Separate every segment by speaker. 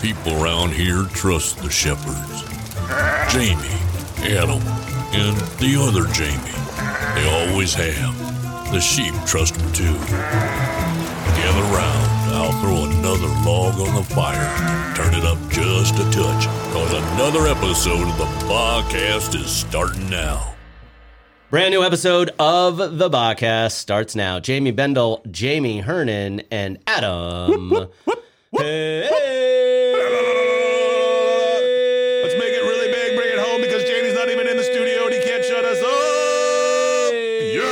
Speaker 1: people around here trust the shepherds. Jamie, Adam, and the other Jamie. They always have. The sheep trust them too. Gather round. I'll throw another log on the fire and turn it up just a touch, cause another episode of the podcast is starting now.
Speaker 2: Brand new episode of the podcast starts now. Jamie Bendel, Jamie Hernan, and Adam. Hey!
Speaker 3: Let's make it really big, bring it home because Jamie's not even in the studio and he can't shut us up. Yeah.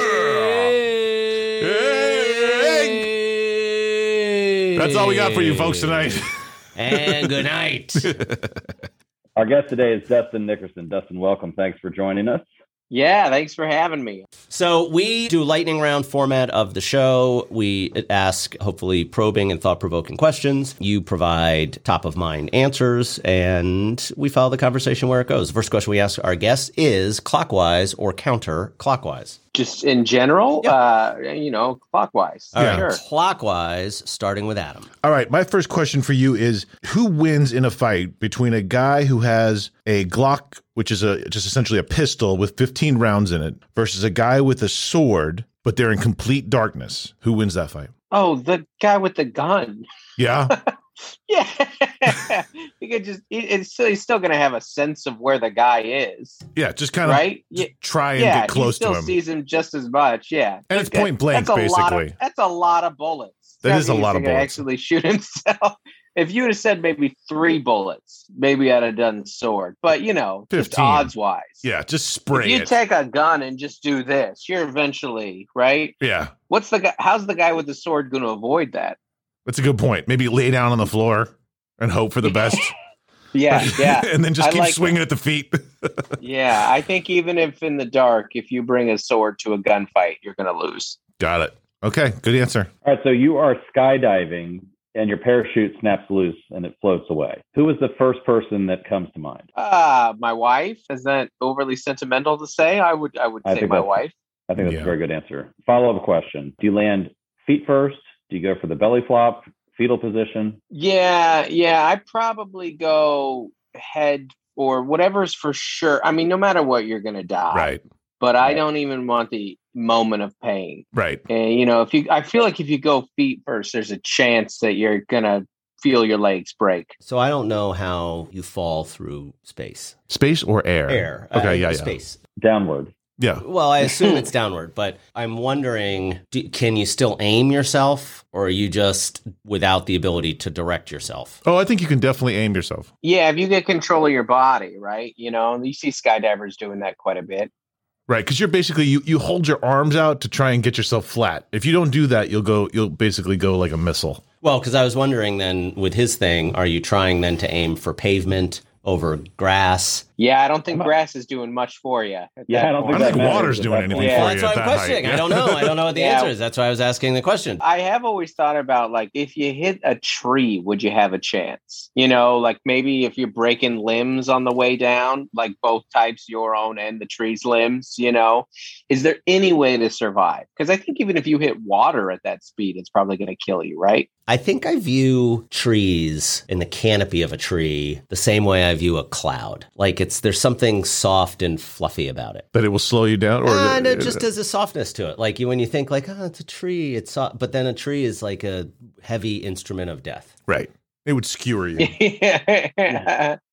Speaker 3: That's all we got for you folks tonight.
Speaker 2: And good night.
Speaker 4: Our guest today is Dustin Nickerson. Dustin, welcome. Thanks for joining us.
Speaker 5: Yeah, thanks for having me.
Speaker 2: So we do lightning round format of the show. We ask hopefully probing and thought provoking questions. You provide top of mind answers, and we follow the conversation where it goes. The first question we ask our guests is clockwise or counter clockwise.
Speaker 5: Just in general,
Speaker 2: Yeah.
Speaker 5: uh, you know, clockwise.
Speaker 2: All right,
Speaker 5: Sure.
Speaker 2: clockwise, starting with Adam.
Speaker 3: all right, my first question for you is who wins in a fight between a guy who has a Glock, which is a just essentially a pistol with 15 rounds in it, versus a guy with a sword, but they're in complete darkness? Who wins that fight?
Speaker 5: Oh, the guy with the gun.
Speaker 3: Yeah.
Speaker 5: Yeah. you could just, he- it's still, he's still going to have a sense of where the guy is,
Speaker 3: Yeah. Just kind of
Speaker 5: right? Yeah.
Speaker 3: try and
Speaker 5: yeah,
Speaker 3: get close
Speaker 5: he still
Speaker 3: to him.
Speaker 5: sees him just as much. Yeah.
Speaker 3: and it's point blank,
Speaker 5: that's a Lot
Speaker 3: basically.
Speaker 5: of, that's a lot of bullets.
Speaker 3: That is a
Speaker 5: means
Speaker 3: lot
Speaker 5: he
Speaker 3: of
Speaker 5: could
Speaker 3: bullets.
Speaker 5: Actually, shoot himself. If you would have said maybe three bullets, maybe I'd have done sword. But you know, just
Speaker 3: 15.
Speaker 5: odds wise,
Speaker 3: yeah. Just
Speaker 5: If
Speaker 3: spray
Speaker 5: you
Speaker 3: it.
Speaker 5: take a gun and just do this, you're eventually right.
Speaker 3: yeah.
Speaker 5: What's the guy? How's the guy with the sword going to avoid that?
Speaker 3: That's a good point. Maybe lay down on the floor and hope for the best.
Speaker 5: Yeah, yeah,
Speaker 3: and then just
Speaker 5: I
Speaker 3: keep
Speaker 5: like
Speaker 3: swinging at the feet.
Speaker 5: yeah. I think even if in the dark, if you bring a sword to a gunfight, you're going to lose.
Speaker 3: Got it. Okay. Good answer.
Speaker 4: All right, so you are skydiving and your parachute snaps loose and it floats away. Who is the first person that comes to mind?
Speaker 5: Ah, my wife is that overly sentimental to say? I would, I would
Speaker 4: I
Speaker 5: say
Speaker 4: think
Speaker 5: my
Speaker 4: that's-
Speaker 5: wife.
Speaker 4: I think that's
Speaker 3: Yeah.
Speaker 4: a very good answer. Follow up question Do you land feet first? Do you go for the belly flop, fetal position?
Speaker 5: Yeah, yeah, I probably go head or whatever's for sure. I mean, no matter what, you're gonna die.
Speaker 3: Right.
Speaker 5: But I
Speaker 4: Right.
Speaker 5: don't even want the moment of pain.
Speaker 3: Right.
Speaker 5: And Eh, you know, if you, I feel like if you go feet first, there's a chance that you're gonna feel your legs break.
Speaker 2: So I don't know how you fall through space.
Speaker 3: Space or air?
Speaker 2: Air.
Speaker 3: Okay.
Speaker 2: uh,
Speaker 3: yeah. Yeah.
Speaker 2: Space.
Speaker 4: Downward.
Speaker 3: Yeah.
Speaker 2: Well, I assume it's downward, but I'm wondering do, can you still aim yourself or are you just without the ability to direct yourself?
Speaker 3: Oh, I think you can definitely aim yourself.
Speaker 5: Yeah, if you get control of your body, right? You know, and you see skydivers doing that quite a bit.
Speaker 3: Right. Cause you're basically, you, you hold your arms out to try and get yourself flat. If you don't do that, you'll go, you'll basically go like a missile.
Speaker 2: Well, because I was wondering then with his thing, are you trying then to aim for pavement over grass?
Speaker 5: Yeah, I don't think
Speaker 4: I'm-
Speaker 5: grass is doing much for you.
Speaker 4: Yeah, I don't
Speaker 3: I don't
Speaker 4: think
Speaker 3: think
Speaker 4: that matters
Speaker 3: water's
Speaker 4: at
Speaker 3: doing
Speaker 4: that point.
Speaker 3: anything
Speaker 5: Yeah.
Speaker 3: for
Speaker 2: Well,
Speaker 3: you.
Speaker 2: that's what
Speaker 3: at
Speaker 2: I'm
Speaker 3: that height.
Speaker 2: questioning.
Speaker 3: Yeah.
Speaker 2: I don't know. I don't know what the
Speaker 5: Yeah.
Speaker 2: answer is. That's why I was asking the question.
Speaker 5: I have always thought about like if you hit a tree, would you have a chance? You know, like maybe if you're breaking limbs on the way down, like both types, your own and the tree's limbs, you know, is there any way to survive? Because I think even if you hit water at that speed, it's probably going to kill you, right?
Speaker 2: I think I view trees in the canopy of a tree the same way I view a cloud. Like it's there's something soft and fluffy about it.
Speaker 3: But it will slow you down or
Speaker 2: and it Uh, just has a softness to it. Like you, when you think like, oh, it's a tree, it's soft. but then a tree is like a heavy instrument of death.
Speaker 3: right. It would skewer you.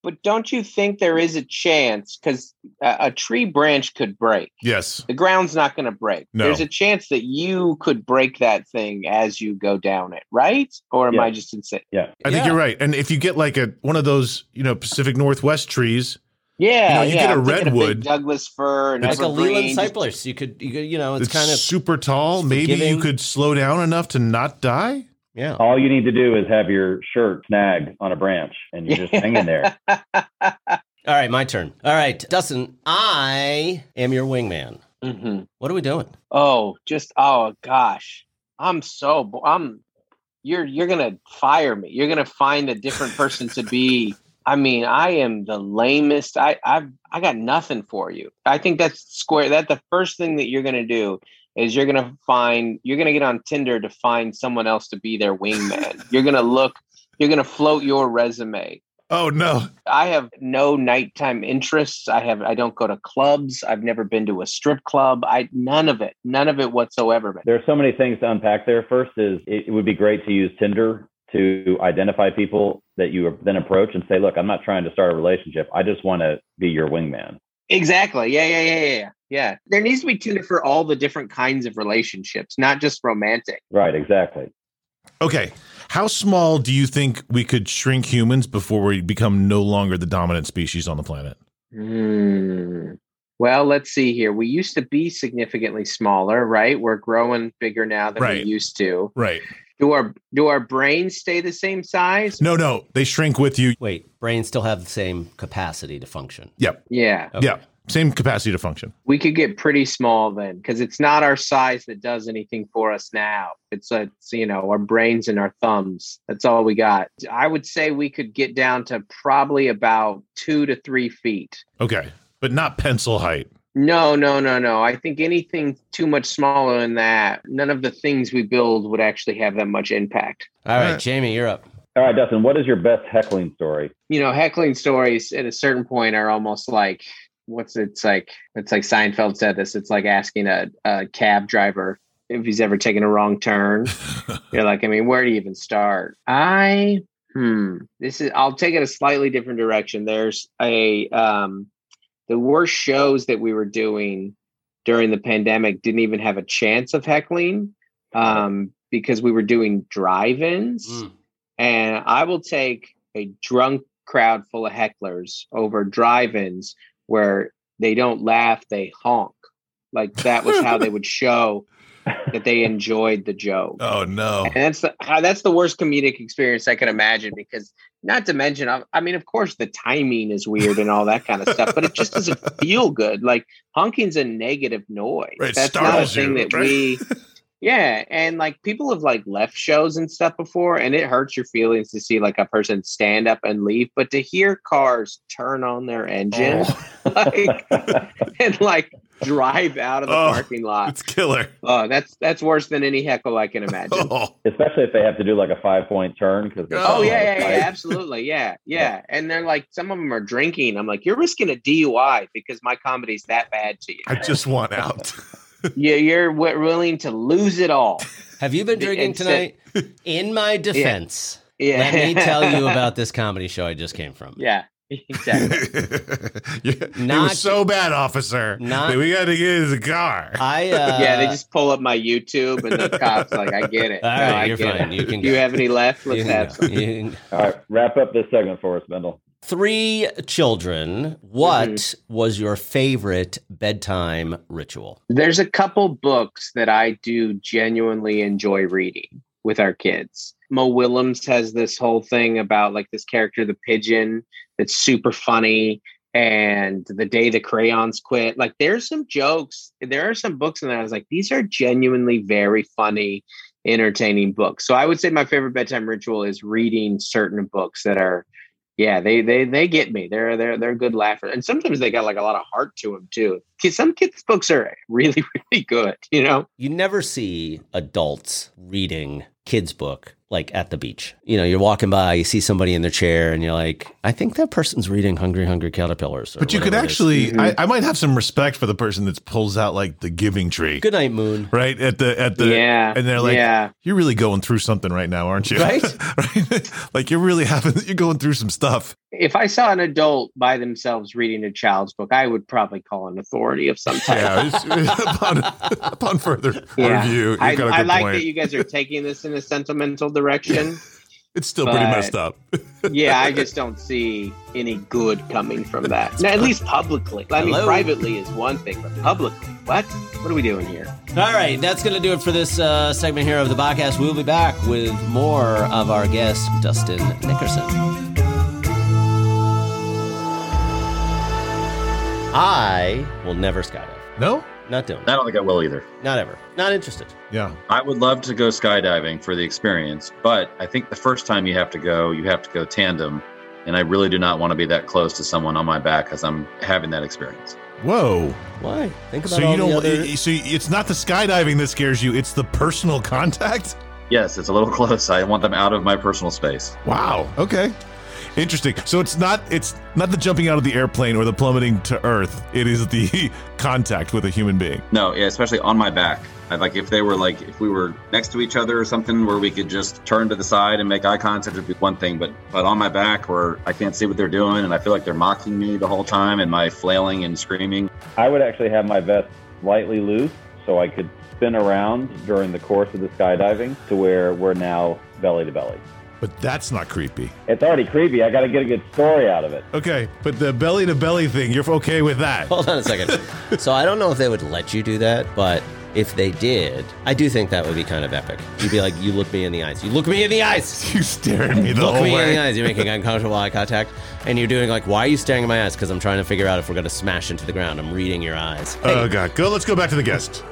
Speaker 5: but don't you think there is a chance? Because a, a tree branch could break.
Speaker 3: yes.
Speaker 5: The ground's not going to break.
Speaker 3: No.
Speaker 5: There's a chance that you could break that thing as you go down it, right? Or am
Speaker 4: Yeah.
Speaker 5: I just insane?
Speaker 3: I think
Speaker 2: Yeah.
Speaker 3: you're right. And if you get like a one of those, you know, Pacific Northwest trees,
Speaker 5: Yeah,
Speaker 3: You know, you
Speaker 5: yeah,
Speaker 3: get a
Speaker 5: I'm thinking of big
Speaker 3: redwood.
Speaker 5: Douglas fir, and
Speaker 2: Like a Leland
Speaker 5: evergreen.
Speaker 2: Cypress, you could, you could, you know,
Speaker 3: it's,
Speaker 2: it's, kind of
Speaker 3: super tall. Maybe you
Speaker 2: forgiving.
Speaker 3: could slow down enough to not die.
Speaker 2: yeah.
Speaker 4: All you need to do is have your shirt snag on a branch and you're just hanging there.
Speaker 2: All right, my turn. All right, Dustin, I am your wingman.
Speaker 5: Mhm.
Speaker 2: What are we doing?
Speaker 5: Oh, just oh gosh, I'm so bo- I'm. You're you're gonna fire me. You're gonna find a different person to be. I mean, I am the lamest. I I've I got nothing for you. I think that's square. That the first thing that you're gonna do is you're gonna find you're gonna get on Tinder to find someone else to be their wingman. you're gonna look You're gonna float your resume.
Speaker 6: Oh no.
Speaker 5: I have no nighttime interests. I have I don't go to clubs. I've never been to a strip club. I none of it. None of it whatsoever.
Speaker 4: There are so many things to unpack there. First is it, it would be great to use Tinder to identify people that you then approach and say, look, I'm not trying to start a relationship. I just want to be your wingman.
Speaker 5: Exactly. Yeah, yeah, yeah, yeah, yeah. Yeah. There needs to be Tinder for all the different kinds of relationships, not just romantic.
Speaker 4: Right, exactly.
Speaker 6: Okay. How small do you think we could shrink humans before we become no longer the dominant species on the planet?
Speaker 5: Hmm. Well, let's see here. We used to be significantly smaller, right? We're growing bigger now than
Speaker 6: Right.
Speaker 5: we used to.
Speaker 6: Right.
Speaker 5: Do our do our brains stay the same size?
Speaker 6: No, no. They shrink with you.
Speaker 2: Wait, brains still have the same capacity to function.
Speaker 6: Yep.
Speaker 5: Yeah.
Speaker 2: Okay.
Speaker 6: Yeah. Same capacity to function.
Speaker 5: we could get pretty small then because it's not our size that does anything for us now it's, uh, it's you know our brains and our thumbs that's all we got i would say we could get down to probably about two to three feet
Speaker 6: Okay. But not pencil height.
Speaker 5: no no no no i think anything too much smaller than that none of the things we build would actually have that much impact
Speaker 2: All right,
Speaker 6: All right.
Speaker 2: Jamie, you're up.
Speaker 4: All right, Dustin, what is your best heckling story?
Speaker 5: you know heckling stories at a certain point are almost like what's it's like it's like seinfeld said this it's like asking a, a cab driver if he's ever taken a wrong turn You're like, I mean, where do you even start? I hmm. This is I'll take it a slightly different direction. There's a um the worst shows that we were doing during the pandemic didn't even have a chance of heckling um because we were doing drive-ins
Speaker 2: Mm.
Speaker 5: and I will take a drunk crowd full of hecklers over drive-ins where they don't laugh, they honk. Like that was how they would show that they enjoyed the joke.
Speaker 6: Oh no.
Speaker 5: And that's the, uh, that's the worst comedic experience I can imagine because not to mention, I, I mean, of course, the timing is weird and all that kind of stuff, but it just doesn't feel good. Like honking's a negative noise.
Speaker 6: Right, it
Speaker 5: that's not a
Speaker 6: startles
Speaker 5: thing
Speaker 6: you,
Speaker 5: that
Speaker 6: right?
Speaker 5: we. Yeah, and like people have like left shows and stuff before, and it hurts your feelings to see like a person stand up and leave, but to hear cars turn on their engine
Speaker 6: Oh.
Speaker 5: like, and like drive out of the
Speaker 6: Oh,
Speaker 5: parking lot.
Speaker 6: It's killer.
Speaker 5: Oh, that's that's worse than any heckle I can imagine.
Speaker 6: Oh.
Speaker 4: Especially if they have to do like a five point turn. Cause they're
Speaker 5: Oh
Speaker 4: talking
Speaker 5: yeah,
Speaker 4: about
Speaker 5: yeah,
Speaker 4: a
Speaker 5: yeah,
Speaker 4: fight.
Speaker 5: absolutely, yeah, yeah. And they're like, some of them are drinking. I'm like, you're risking a DUI because my comedy's that bad to you.
Speaker 6: I just want out.
Speaker 5: Yeah, you're wi- willing to lose it all.
Speaker 2: Have you been
Speaker 5: The-
Speaker 2: drinking
Speaker 5: it's a-
Speaker 2: tonight? In my defense,
Speaker 5: Yeah,
Speaker 2: let me tell you about this comedy show I just came from.
Speaker 5: yeah, exactly.
Speaker 6: Yeah, it
Speaker 2: Not-
Speaker 6: was so bad, officer.
Speaker 2: not-
Speaker 6: that we got to get in the car.
Speaker 2: I uh,
Speaker 5: yeah, they just pull up my YouTube and the cops like, I get it.
Speaker 2: All
Speaker 5: No,
Speaker 2: right,
Speaker 5: I
Speaker 2: you're
Speaker 5: get
Speaker 2: fine.
Speaker 5: it.
Speaker 2: You can
Speaker 5: Do you
Speaker 2: go.
Speaker 5: have any left? Let's
Speaker 2: you know,
Speaker 5: have some.
Speaker 2: you-
Speaker 4: All right, wrap up this segment for us, Mendel.
Speaker 2: three children. What
Speaker 5: Mm-hmm.
Speaker 2: was your favorite bedtime ritual?
Speaker 5: There's a couple books that I do genuinely enjoy reading with our kids. Mo Willems has this whole thing about like this character, the pigeon, that's super funny, and the day the crayons quit. Like, there's some jokes. There are some books in there. I was like, these are genuinely very funny, entertaining books. So I would say my favorite bedtime ritual is reading certain books that are. Yeah, they they they get me. They're they're they're good laughers, and sometimes they got like a lot of heart to them too. 'Cause some kids' books are really really good, you know.
Speaker 2: You never see adults reading kids' book like at the beach. You know, you're walking by, you see somebody in their chair, and you're like, I think that person's reading Hungry Hungry Caterpillars. or
Speaker 6: but you could
Speaker 2: whatever it is.
Speaker 6: actually,
Speaker 5: Mhm.
Speaker 6: I, I might have some respect for the person that pulls out like the giving tree,
Speaker 2: Good night, Moon.
Speaker 6: right at the at the.
Speaker 5: yeah,
Speaker 6: and they're like-
Speaker 5: yeah,
Speaker 6: You're really going through something right now, aren't you?
Speaker 2: Right?
Speaker 6: right? Like you're really having, you're going through some stuff.
Speaker 5: if I saw an adult by themselves reading a child's book, I would probably call an authority of some type.
Speaker 6: Yeah. it's- upon, upon further
Speaker 5: Yeah.
Speaker 6: review, you've
Speaker 5: I,
Speaker 6: got a
Speaker 5: I
Speaker 6: good
Speaker 5: like
Speaker 6: point.
Speaker 5: that you guys are taking this in a sentimental direction.
Speaker 6: it's still pretty
Speaker 5: but-
Speaker 6: messed up.
Speaker 5: yeah, I just don't see any good coming from that. Now, at least publicly. I mean,
Speaker 2: Hello?
Speaker 5: privately is one thing, but publicly, what? What are we doing here?
Speaker 2: All right, that's going to do it for this uh, segment here of the podcast. We'll be back with more of our guest, Dustin Nickerson. I will never skydive.
Speaker 6: No.
Speaker 2: Not doing
Speaker 7: I
Speaker 2: it.
Speaker 7: don't think I will either.
Speaker 2: Not ever. Not interested.
Speaker 6: Yeah.
Speaker 7: I would love to go skydiving for the experience, but I think the first time you have to go, you have to go tandem. And I really do not want to be that close to someone on my back as I'm having that experience.
Speaker 6: Whoa.
Speaker 2: Why? Think about
Speaker 6: So
Speaker 2: all
Speaker 6: you don't.
Speaker 2: the other...
Speaker 6: So it's not the skydiving that scares you; it's the personal contact.
Speaker 7: Yes, it's a little close. I want them out of my personal space.
Speaker 3: Wow. Okay. Interesting. So it's not it's not the jumping out of the airplane or the plummeting to earth. It is the contact with a human being.
Speaker 7: No, yeah, especially on my back. I, like if they were like if we were next to each other or something where we could just turn to the side and make eye contact would be one thing, but but on my back where I can't see what they're doing and I feel like they're mocking me the whole time and my flailing and screaming.
Speaker 4: I would actually have my vest slightly loose so I could spin around during the course of the skydiving to where we're now belly to belly.
Speaker 3: But that's not creepy.
Speaker 4: It's already creepy. I got to get a good story out of it.
Speaker 3: Okay, but the belly to belly thing, you're okay with that.
Speaker 2: Hold on a second. so I don't know if they would let you do that, but if they did, I do think that would be kind of epic. You'd be like, you look me in the eyes. You look me in the eyes.
Speaker 3: You stare at me the
Speaker 2: look
Speaker 3: whole
Speaker 2: me in
Speaker 3: way.
Speaker 2: the eyes. You're making uncomfortable eye contact, and you're doing like, why are you staring at my eyes? Because I'm trying to figure out if we're gonna smash into the ground. I'm reading your eyes.
Speaker 3: Oh god. Go let's go back to the guest.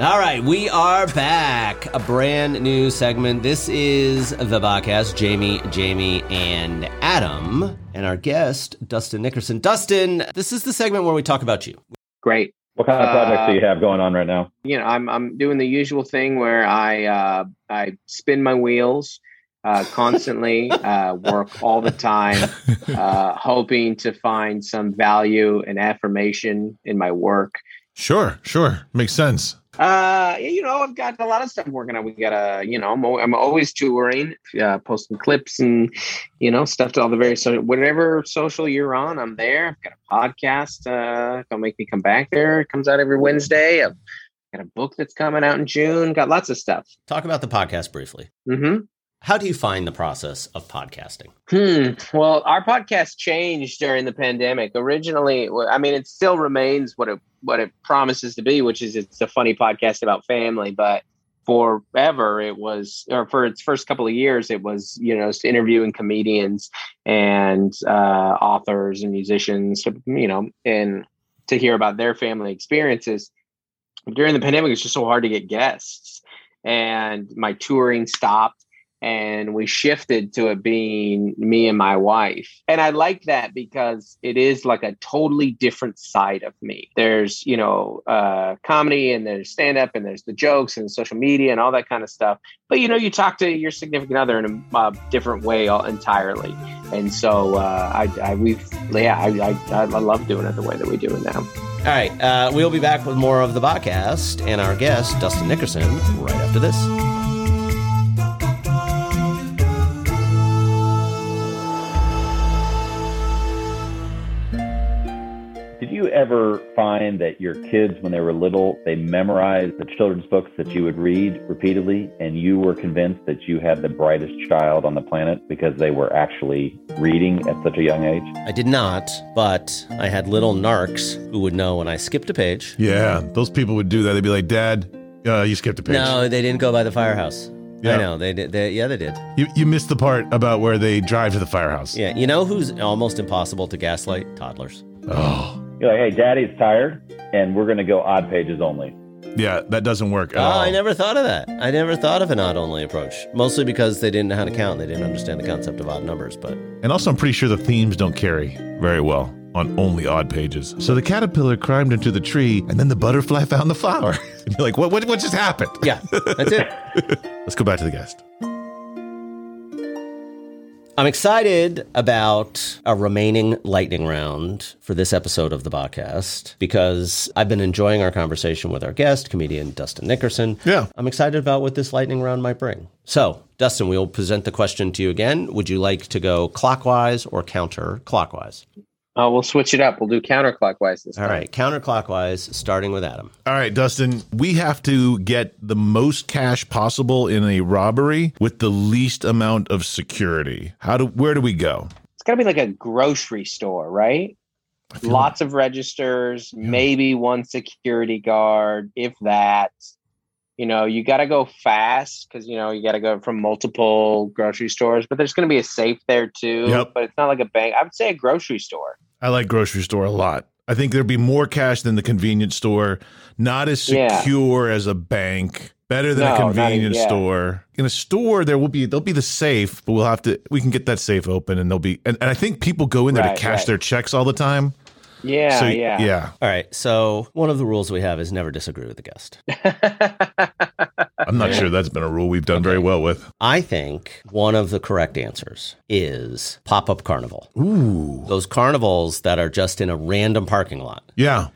Speaker 2: All right, we are back. A brand new segment. This is the podcast. Jamie, Jamie, and Adam, and our guest Dustin Nickerson. Dustin, this is the segment where we talk about you.
Speaker 5: Great.
Speaker 4: What kind of projects do you have going on right now?
Speaker 5: You know, I'm I'm doing the usual thing where I uh, I spin my wheels uh, constantly, uh, work all the time, uh, hoping to find some value and affirmation in my work.
Speaker 3: Sure, sure. Makes sense.
Speaker 5: Uh, you know, I've got a lot of stuff working on. We got a, you know, I'm, al- I'm always touring, uh, posting clips and, you know, stuff to all the various social, whatever social you're on, I'm there. I've got a podcast. Uh, don't make me come back there. It comes out every Wednesday. I've got a book that's coming out in June. Got lots of stuff.
Speaker 2: Talk about the podcast briefly.
Speaker 5: Mm-hmm.
Speaker 2: How do you find the process of podcasting?
Speaker 5: Hmm. Well, our podcast changed during the pandemic. Originally, well, I mean, it still remains what it what it promises to be, which is it's a funny podcast about family. But forever, it was, or for its first couple of years, it was you know just interviewing comedians and uh, authors and musicians, you know, and to hear about their family experiences. During the pandemic, it's just so hard to get guests, and my touring stopped and we shifted to it being me and my wife. And I like that because it is like a totally different side of me. There's, you know, uh, comedy and there's stand up and there's the jokes and social media and all that kind of stuff. But, you know, you talk to your significant other in a uh, different way all, entirely. And so uh, I, I, we've, yeah, I, I, I love doing it the way that we do it now.
Speaker 2: All right, uh, we'll be back with more of the podcast and our guest Dustin Nickerson right after this.
Speaker 4: Did you ever find that your kids, when they were little, they memorized the children's books that you would read repeatedly, and you were convinced that you had the brightest child on the planet because they were actually reading at such a young age?
Speaker 2: I did not, but I had little narcs who would know when I skipped a page.
Speaker 3: Yeah, those people would do that. They'd be like, "Dad, uh, you skipped a page.
Speaker 2: No, they didn't go by the firehouse.
Speaker 3: Yeah.
Speaker 2: I know they did. They, yeah, they did.
Speaker 3: You you missed the part about where they drive to the firehouse."
Speaker 2: Yeah, you know who's almost impossible to gaslight? Toddlers.
Speaker 3: Oh.
Speaker 4: You're like, hey, daddy's tired, and we're going to go odd pages only.
Speaker 3: Yeah, that doesn't work at
Speaker 2: Oh,
Speaker 3: all.
Speaker 2: I never thought of that. I never thought of an odd only approach, mostly because they didn't know how to count. They didn't understand the concept of odd numbers. But
Speaker 3: And also, I'm pretty sure the themes don't carry very well on only odd pages. So the caterpillar climbed into the tree, and then the butterfly found the flower. and you're like, what, what, what just happened?
Speaker 2: yeah, that's it.
Speaker 3: Let's go back to the guest.
Speaker 2: I'm excited about a remaining lightning round for this episode of the podcast because I've been enjoying our conversation with our guest, comedian Dustin Nickerson.
Speaker 3: Yeah.
Speaker 2: I'm excited about what this lightning round might bring. So, Dustin, we'll present the question to you again. Would you like to go clockwise or counterclockwise?
Speaker 5: Oh, we'll switch it up. We'll do counterclockwise this
Speaker 2: All
Speaker 5: time.
Speaker 2: right, counterclockwise, starting with Adam.
Speaker 3: All right, Dustin, we have to get the most cash possible in a robbery with the least amount of security. How do where do we go?
Speaker 5: it's got to be like a grocery store, right? Lots of registers, maybe one security guard, if that. You know, you got to go fast because, you know, you got to go from multiple grocery stores, but there's going to be a safe there too.
Speaker 3: Yep.
Speaker 5: But it's not like a bank. I would say a grocery store.
Speaker 3: I like grocery store a lot. I think there'd be more cash than the convenience store. Not as
Speaker 5: Yeah.
Speaker 3: secure as a bank. Better than
Speaker 5: No,
Speaker 3: a
Speaker 5: not even-
Speaker 3: convenience
Speaker 5: yeah.
Speaker 3: store. In a store, there will be there'll be the safe, but we'll have to we can get that safe open, and they'll be and, and I think people go in there
Speaker 5: Right,
Speaker 3: to cash
Speaker 5: right.
Speaker 3: their checks all the time.
Speaker 5: Yeah,
Speaker 3: so,
Speaker 5: yeah.
Speaker 3: yeah.
Speaker 2: All right, so one of the rules we have is never disagree with the guest.
Speaker 3: I'm not sure that's been a rule we've done very well with.
Speaker 2: I think one of the correct answers is pop up carnival.
Speaker 3: Ooh.
Speaker 2: Those carnivals that are just in a random parking lot.
Speaker 3: Yeah.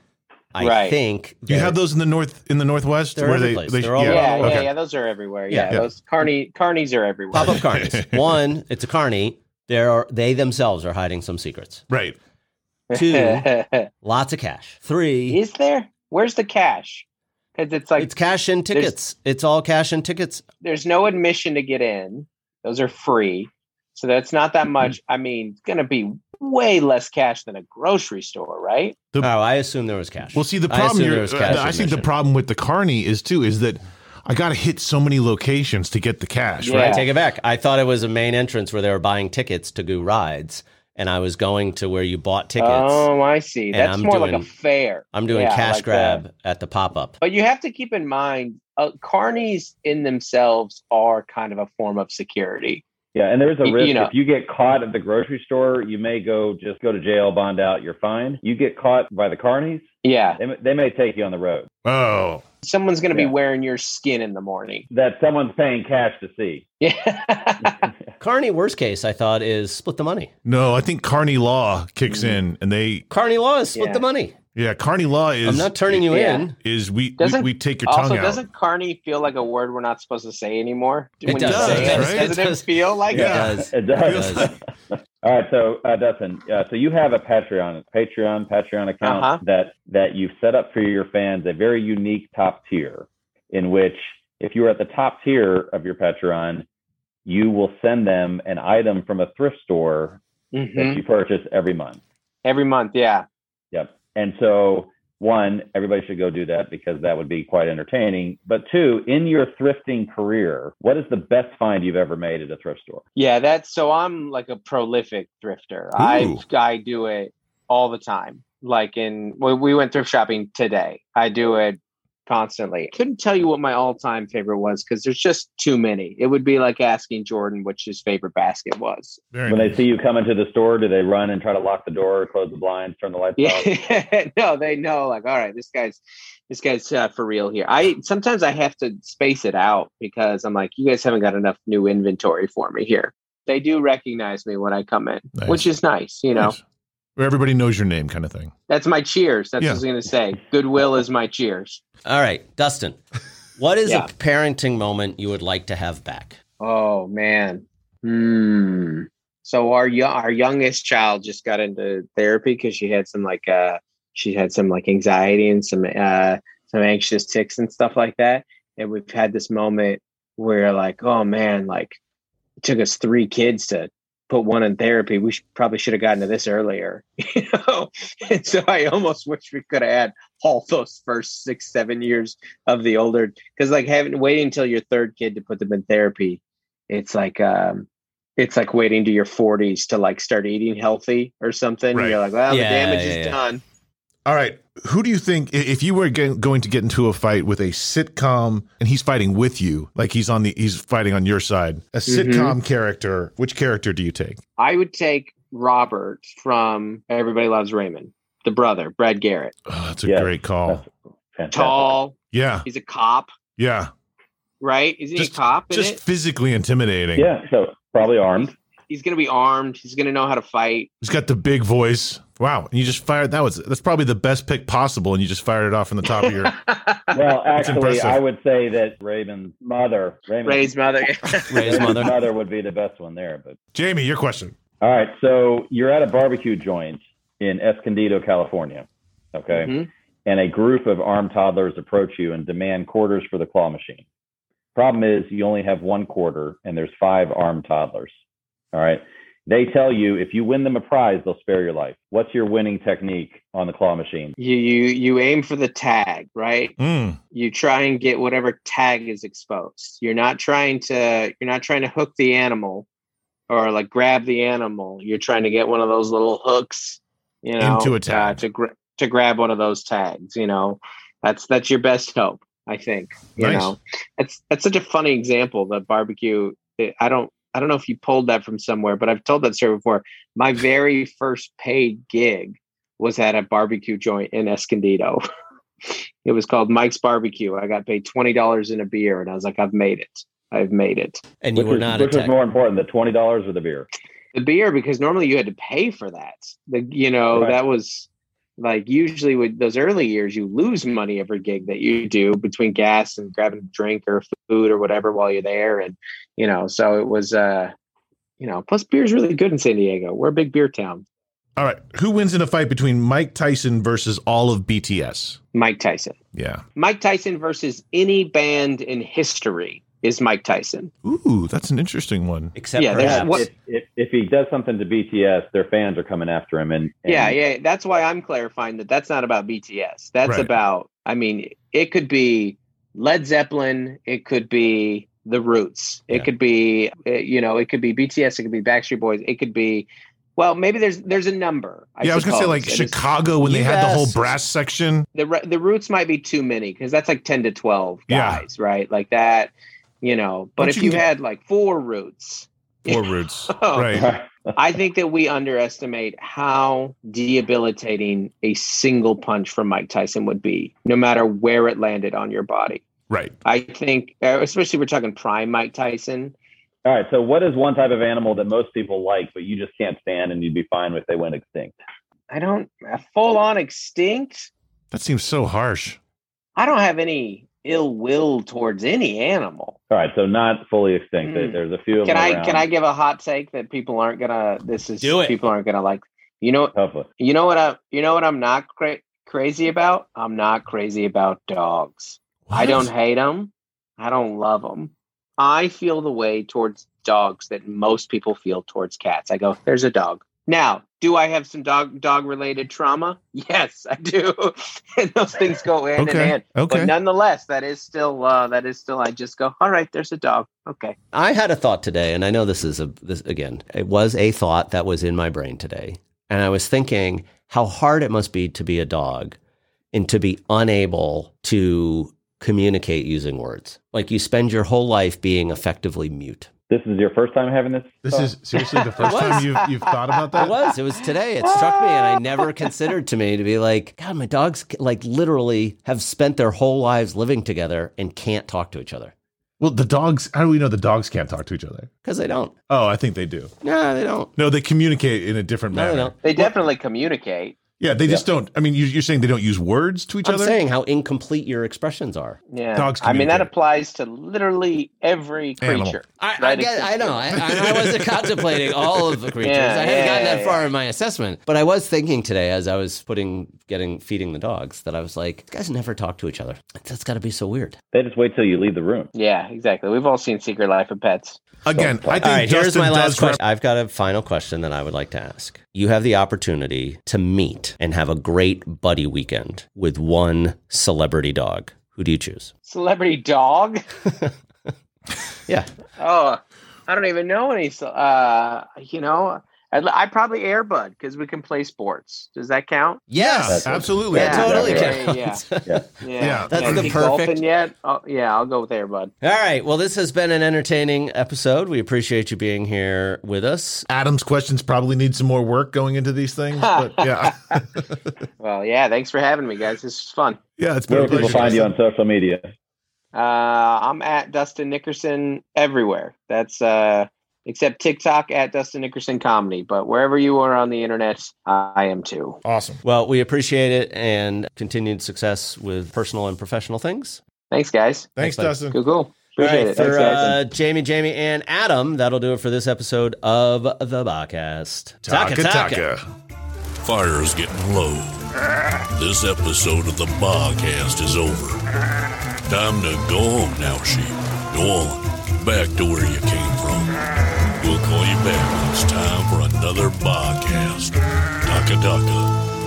Speaker 2: I
Speaker 5: Right.
Speaker 2: think
Speaker 3: Do you have those in the north in the northwest
Speaker 2: They're every place. They're all
Speaker 5: Yeah,
Speaker 2: Yeah,
Speaker 5: yeah, yeah,
Speaker 3: okay.
Speaker 5: Those are everywhere.
Speaker 2: Yeah,
Speaker 5: Yeah,
Speaker 3: yeah.
Speaker 5: those carny carnies are everywhere.
Speaker 2: pop up carnies. One, it's a carny. There are they themselves are hiding some secrets.
Speaker 3: Right.
Speaker 2: Two, lots of cash. Three,
Speaker 5: Is there? Where's the cash? Because it's like
Speaker 2: it's cash and
Speaker 5: there's-
Speaker 2: tickets. It's all cash and tickets.
Speaker 5: there's no admission to get in. Those are free. So that's not
Speaker 2: Mm-hmm.
Speaker 5: that much. I mean, it's going to be way less cash than a grocery store, right?
Speaker 2: Oh, I assume there was cash.
Speaker 3: Well, see the
Speaker 2: I
Speaker 3: problem.
Speaker 2: assume
Speaker 3: You're,
Speaker 2: there was cash
Speaker 3: I think the
Speaker 2: admission.
Speaker 3: problem with the carney is too is that I got to hit so many locations to get the cash.
Speaker 5: Yeah.
Speaker 2: I
Speaker 3: Right.
Speaker 2: take it back. I thought it was a main entrance where they were buying tickets to go rides, and I was going to where you bought tickets.
Speaker 5: Oh, I see.
Speaker 2: And
Speaker 5: That's
Speaker 2: I'm
Speaker 5: more like
Speaker 2: doing-
Speaker 5: a fair.
Speaker 2: I'm doing
Speaker 5: Yeah,
Speaker 2: cash
Speaker 5: like
Speaker 2: grab
Speaker 5: that.
Speaker 2: at the pop up.
Speaker 5: But you have to keep in mind, uh, carnies in themselves are kind of a form of security.
Speaker 4: Yeah, and there is a
Speaker 5: Y- you
Speaker 4: risk
Speaker 5: know-
Speaker 4: if you get caught at the grocery store, you may go just go to jail, bond out, you're fine. You get caught by the carnies,
Speaker 5: Yeah.
Speaker 4: they, may- they may take you on the road.
Speaker 3: Oh.
Speaker 5: Someone's going to
Speaker 4: Yeah.
Speaker 5: be wearing your skin in the morning.
Speaker 4: That someone's paying cash to see.
Speaker 5: Yeah.
Speaker 2: Carney, worst case, I thought, is split the money.
Speaker 3: No, I think carney law kicks in, and they
Speaker 2: Carney law is split
Speaker 5: Yeah.
Speaker 2: the money.
Speaker 3: yeah, carney law is
Speaker 2: I'm not turning you
Speaker 5: Yeah.
Speaker 2: in.
Speaker 3: is we, we
Speaker 5: Doesn't-
Speaker 3: we take your
Speaker 5: also,
Speaker 3: tongue out.
Speaker 5: doesn't carny feel like a word we're not supposed to say anymore?
Speaker 2: It
Speaker 5: you
Speaker 2: does,
Speaker 5: say it?
Speaker 3: right?
Speaker 5: Doesn't
Speaker 2: It
Speaker 5: it,
Speaker 2: does.
Speaker 5: feel like
Speaker 3: Yeah.
Speaker 5: it?
Speaker 2: It does.
Speaker 4: It
Speaker 2: does.
Speaker 4: does. All right, so uh, Dustin, uh, so you have a Patreon, Patreon, Patreon account
Speaker 5: Uh-huh.
Speaker 4: that that you've set up for your fans, a very unique top tier, in which if you are at the top tier of your Patreon, you will send them an item from a thrift store
Speaker 5: Mhm.
Speaker 4: that you purchase every month.
Speaker 5: Every month, yeah.
Speaker 4: Yep. And so, one, everybody should go do that because that would be quite entertaining. But two, in your thrifting career, what is the best find you've ever made at a thrift store?
Speaker 5: Yeah, that's so I'm like a prolific thrifter. I I do it all the time. Like in when we went thrift shopping today, I do it constantly. Couldn't tell you what my all-time favorite was because there's just too many. It would be like asking Jordan which his favorite basket was.
Speaker 3: Very
Speaker 4: When they
Speaker 3: nice.
Speaker 4: see you come into the store, do they run and try to lock the door, close the blinds, turn the lights off?
Speaker 5: Yeah, no, they know. Like, all right, this guy's this guy's uh, for real here. I sometimes I have to space it out because I'm like, you guys haven't got enough new inventory for me here. They do recognize me when I come in,
Speaker 3: Nice.
Speaker 5: which is nice. You know,
Speaker 3: Nice. Where everybody knows your name, kind of thing.
Speaker 5: that's my cheers. That's
Speaker 3: Yeah.
Speaker 5: what I was gonna say. Goodwill is my cheers.
Speaker 2: All right, Dustin. What is
Speaker 5: Yeah.
Speaker 2: a parenting moment you would like to have back?
Speaker 5: Oh man. Hmm. So our yo- our youngest child just got into therapy because she had some like uh she had some like anxiety and some uh some anxious tics and stuff like that. And we've had this moment where like, oh man, like it took us three kids to put one in therapy. We should, probably should have gotten to this earlier, you know. and so I almost wish we could have had all those first six, seven years of the older because like having waiting until your third kid to put them in therapy, it's like um it's like waiting to your 40s to like start eating healthy or something.
Speaker 3: Right.
Speaker 5: You're like, well,
Speaker 2: Yeah,
Speaker 5: the
Speaker 2: yeah,
Speaker 5: damage is
Speaker 2: yeah.
Speaker 5: done.
Speaker 3: All right. Who do you think, i- if you were ge- going to get into a fight with a sitcom and he's fighting with you, like he's on the, he's fighting on your side, a
Speaker 5: Mhm.
Speaker 3: sitcom character, which character do you take?
Speaker 5: I would take Robert from Everybody Loves Raymond, the brother, Brad Garrett.
Speaker 3: Oh, that's a
Speaker 4: Yes.
Speaker 3: great call.
Speaker 4: That's fantastic.
Speaker 5: Tall.
Speaker 3: Yeah.
Speaker 5: He's a cop,
Speaker 3: Yeah.
Speaker 5: right? Isn't
Speaker 3: Just-
Speaker 5: he a cop in
Speaker 3: Just
Speaker 5: it?
Speaker 3: physically intimidating.
Speaker 4: Yeah, so probably armed.
Speaker 5: He's gonna be armed. He's gonna know how to fight.
Speaker 3: He's got the big voice. Wow. And you just fired, that was, that's probably the best pick possible. And you just fired it off on the top of your,
Speaker 4: Well, actually,
Speaker 3: impressive.
Speaker 4: I would say that Raven's mother, Raymond,
Speaker 5: Ray's mother.
Speaker 2: Ray's
Speaker 4: Raven's
Speaker 2: mother.
Speaker 4: would be the best one there. But
Speaker 3: Jamie, your question.
Speaker 4: all right, so you're at a barbecue joint in Escondido, California. Okay,
Speaker 5: Mhm.
Speaker 4: and a group of armed toddlers approach you and demand quarters for the claw machine. Problem is, you only have one quarter, and there's five armed toddlers. All right. They tell you if you win them a prize, they'll spare your life. What's your winning technique on the claw machine?
Speaker 5: You you you aim for the tag, right?
Speaker 3: Mm.
Speaker 5: you try and get whatever tag is exposed you're not trying to you're not trying to hook the animal or like grab the animal you're trying to get one of those little hooks you know
Speaker 3: Into a
Speaker 5: uh,
Speaker 3: tag.
Speaker 5: to, gra- to grab one of those tags you know that's that's your best hope i think you
Speaker 3: Nice.
Speaker 5: know that's that's such a funny example the barbecue it- i don't i don't know if you pulled that from somewhere but i've told that story before my very first paid gig was at a barbecue joint in escondido It was called Mike's Barbecue. I got paid twenty dollars in a beer, and I was like, I've made it. I've made it.
Speaker 2: And
Speaker 4: Which
Speaker 2: you were
Speaker 4: was-
Speaker 2: not
Speaker 4: which was
Speaker 2: attacked.
Speaker 4: more important, the twenty dollars or the beer?
Speaker 5: the beer because normally you had to pay for that. The you know
Speaker 4: Right.
Speaker 5: that was like usually with those early years you lose money every gig that you do between gas and grabbing a drink or food or whatever while you're there and you know so it was uh you know plus beer's really good in San Diego. We're a big beer town.
Speaker 6: All right. Who wins in a fight between Mike Tyson versus all of BTS?
Speaker 5: Mike Tyson.
Speaker 6: Yeah.
Speaker 5: Mike Tyson versus any band in history is Mike Tyson.
Speaker 6: Ooh, that's an interesting one.
Speaker 2: Except
Speaker 5: Yeah, there's
Speaker 2: perhaps.
Speaker 5: what-
Speaker 4: If, if, if he does something to BTS, their fans are coming after him. And, and
Speaker 5: yeah, yeah. That's why I'm clarifying that that's not about BTS. That's
Speaker 6: Right.
Speaker 5: about, I mean, it could be Led Zeppelin. It could be The Roots. It
Speaker 6: Yeah.
Speaker 5: could be, uh, you know, it could be BTS. It could be Backstreet Boys. It could be, well, maybe there's there's a number.
Speaker 6: yeah, I was gonna say
Speaker 5: suppose.
Speaker 6: like
Speaker 5: It is-
Speaker 6: Chicago when they had the whole
Speaker 2: US.
Speaker 6: brass section.
Speaker 5: the Ru- the Roots might be too many because that's like ten to twelve
Speaker 6: Yeah.
Speaker 5: guys, right? Like that, you know. But
Speaker 6: But
Speaker 5: if
Speaker 6: you
Speaker 5: you,
Speaker 6: can get-
Speaker 5: had like four Roots,
Speaker 3: Four roots.
Speaker 5: oh,
Speaker 3: Right.
Speaker 5: I think that we underestimate how debilitating a single punch from Mike Tyson would be, no matter where it landed on your body.
Speaker 3: Right.
Speaker 5: I think, uh, especially we're talking prime Mike Tyson.
Speaker 4: All right. So, what is one type of animal that most people like, but you just can't stand, and you'd be fine if they went extinct?
Speaker 5: I don't full on extinct.
Speaker 3: That seems so harsh.
Speaker 5: I don't have any ill will towards any animal.
Speaker 4: All right. So, not fully extinct. There-
Speaker 5: Hmm.
Speaker 4: There's a few of
Speaker 5: Can
Speaker 4: them.
Speaker 5: I
Speaker 4: around.
Speaker 5: can I give a hot take that people aren't gonna? This is
Speaker 2: Do it.
Speaker 5: people aren't gonna like. You know
Speaker 4: Hopefully.
Speaker 5: you know what I you know what I'm not cra- crazy about. I'm not crazy about dogs. I don't hate them. I don't love them. I feel the way towards dogs that most people feel towards cats. I go, there's a dog. Now, do I have some dog dog related trauma? Yes, I do. and those things go hand in
Speaker 3: Okay.
Speaker 5: hand. But
Speaker 3: Okay.
Speaker 5: nonetheless, that is still uh, that is still. I just go, all right. There's a dog. Okay.
Speaker 2: I had a thought today, and I know this is a this again. It was a thought that was in my brain today, and I was thinking how hard it must be to be a dog and to be unable to communicate using words. Like you spend your whole life being effectively mute.
Speaker 4: This is your first time having this.
Speaker 3: This
Speaker 4: thought?
Speaker 3: is seriously the first
Speaker 2: It was.
Speaker 3: time you've you've thought about that.
Speaker 2: It was. It was today. It struck me, and I never considered to me to be like, God, my dogs like literally have spent their whole lives living together and can't talk to each other
Speaker 3: Well, the dogs. How do we know the dogs can't talk to each other?
Speaker 2: because they don't.
Speaker 3: Oh, I think they do.
Speaker 2: No, they don't.
Speaker 3: No, they communicate in a different
Speaker 2: No,
Speaker 3: manner.
Speaker 2: they don't.
Speaker 5: They definitely communicate.
Speaker 3: Yeah, they just don't. I mean, you, you're saying they don't use words to each
Speaker 2: I'm
Speaker 3: other.
Speaker 2: saying how incomplete your expressions are.
Speaker 5: Yeah.
Speaker 3: Dogs
Speaker 5: I mean, that
Speaker 3: communicate.
Speaker 5: applies to literally every
Speaker 3: Animal.
Speaker 5: creature.
Speaker 2: I, I,
Speaker 5: Right,
Speaker 2: get,
Speaker 5: it's-
Speaker 2: I know. I, I, I wasn't contemplating all of the creatures.
Speaker 5: Yeah,
Speaker 2: I hadn't
Speaker 5: yeah,
Speaker 2: gotten
Speaker 5: yeah,
Speaker 2: that
Speaker 5: yeah.
Speaker 2: far in my assessment, but I was thinking today as I was putting, getting, feeding the dogs that I was like, "These guys never talk to each other. That's got to be so weird.
Speaker 4: They just wait till you leave the room.
Speaker 5: Yeah, exactly. We've all seen Secret Life of Pets.
Speaker 3: Again, I think
Speaker 2: All right, here's
Speaker 3: Justin
Speaker 2: my last
Speaker 3: does rep-
Speaker 2: question. I've got a final question that I would like to ask. You have the opportunity to meet and have a great buddy weekend with one celebrity dog. Who do you choose?
Speaker 5: Celebrity dog.
Speaker 2: Yeah,
Speaker 5: Oh, I don't even know any. so- Uh, you know, I'd, I probably Airbud because we can play sports. Does that count?
Speaker 2: yes,
Speaker 4: That's-
Speaker 3: absolutely.
Speaker 2: that
Speaker 5: Yeah,
Speaker 2: totally
Speaker 5: yeah, yeah,
Speaker 2: counts.
Speaker 3: Yeah,
Speaker 2: that's
Speaker 5: Is
Speaker 2: the
Speaker 5: he
Speaker 2: perfect-
Speaker 5: golfing Yet? Oh, yeah, I'll go with Airbud.
Speaker 2: All right. Well, this has been an entertaining episode. We appreciate you being here with us.
Speaker 3: Adam's questions probably need some more work going into these things, but yeah,
Speaker 5: Well, yeah. Thanks for having me, guys. This is fun.
Speaker 3: yeah, it's been
Speaker 4: Where
Speaker 3: a
Speaker 4: do people
Speaker 3: pleasure.
Speaker 4: find you on social media?
Speaker 5: Uh, I'm at Dustin Nickerson everywhere. That's uh, except TikTok at Dustin Nickerson Comedy. But wherever you are on the internet, I am too.
Speaker 3: Awesome.
Speaker 2: Well, we appreciate it and continued success with personal and professional things.
Speaker 5: Thanks, guys.
Speaker 3: Thanks,
Speaker 2: Thanks, bud.
Speaker 3: Dustin.
Speaker 5: Cool, cool. Appreciate
Speaker 2: All right,
Speaker 5: it.
Speaker 2: For
Speaker 5: Thanks,
Speaker 2: uh,
Speaker 5: guys.
Speaker 2: Jamie, Jamie, and Adam, that'll do it for this episode of the Bobcast.
Speaker 1: Fire is getting low. This episode of the podcast is over. Time to go home now, sheep. Go on, back to where you came from. We'll call you back when it's time for another podcast. Taka Taka.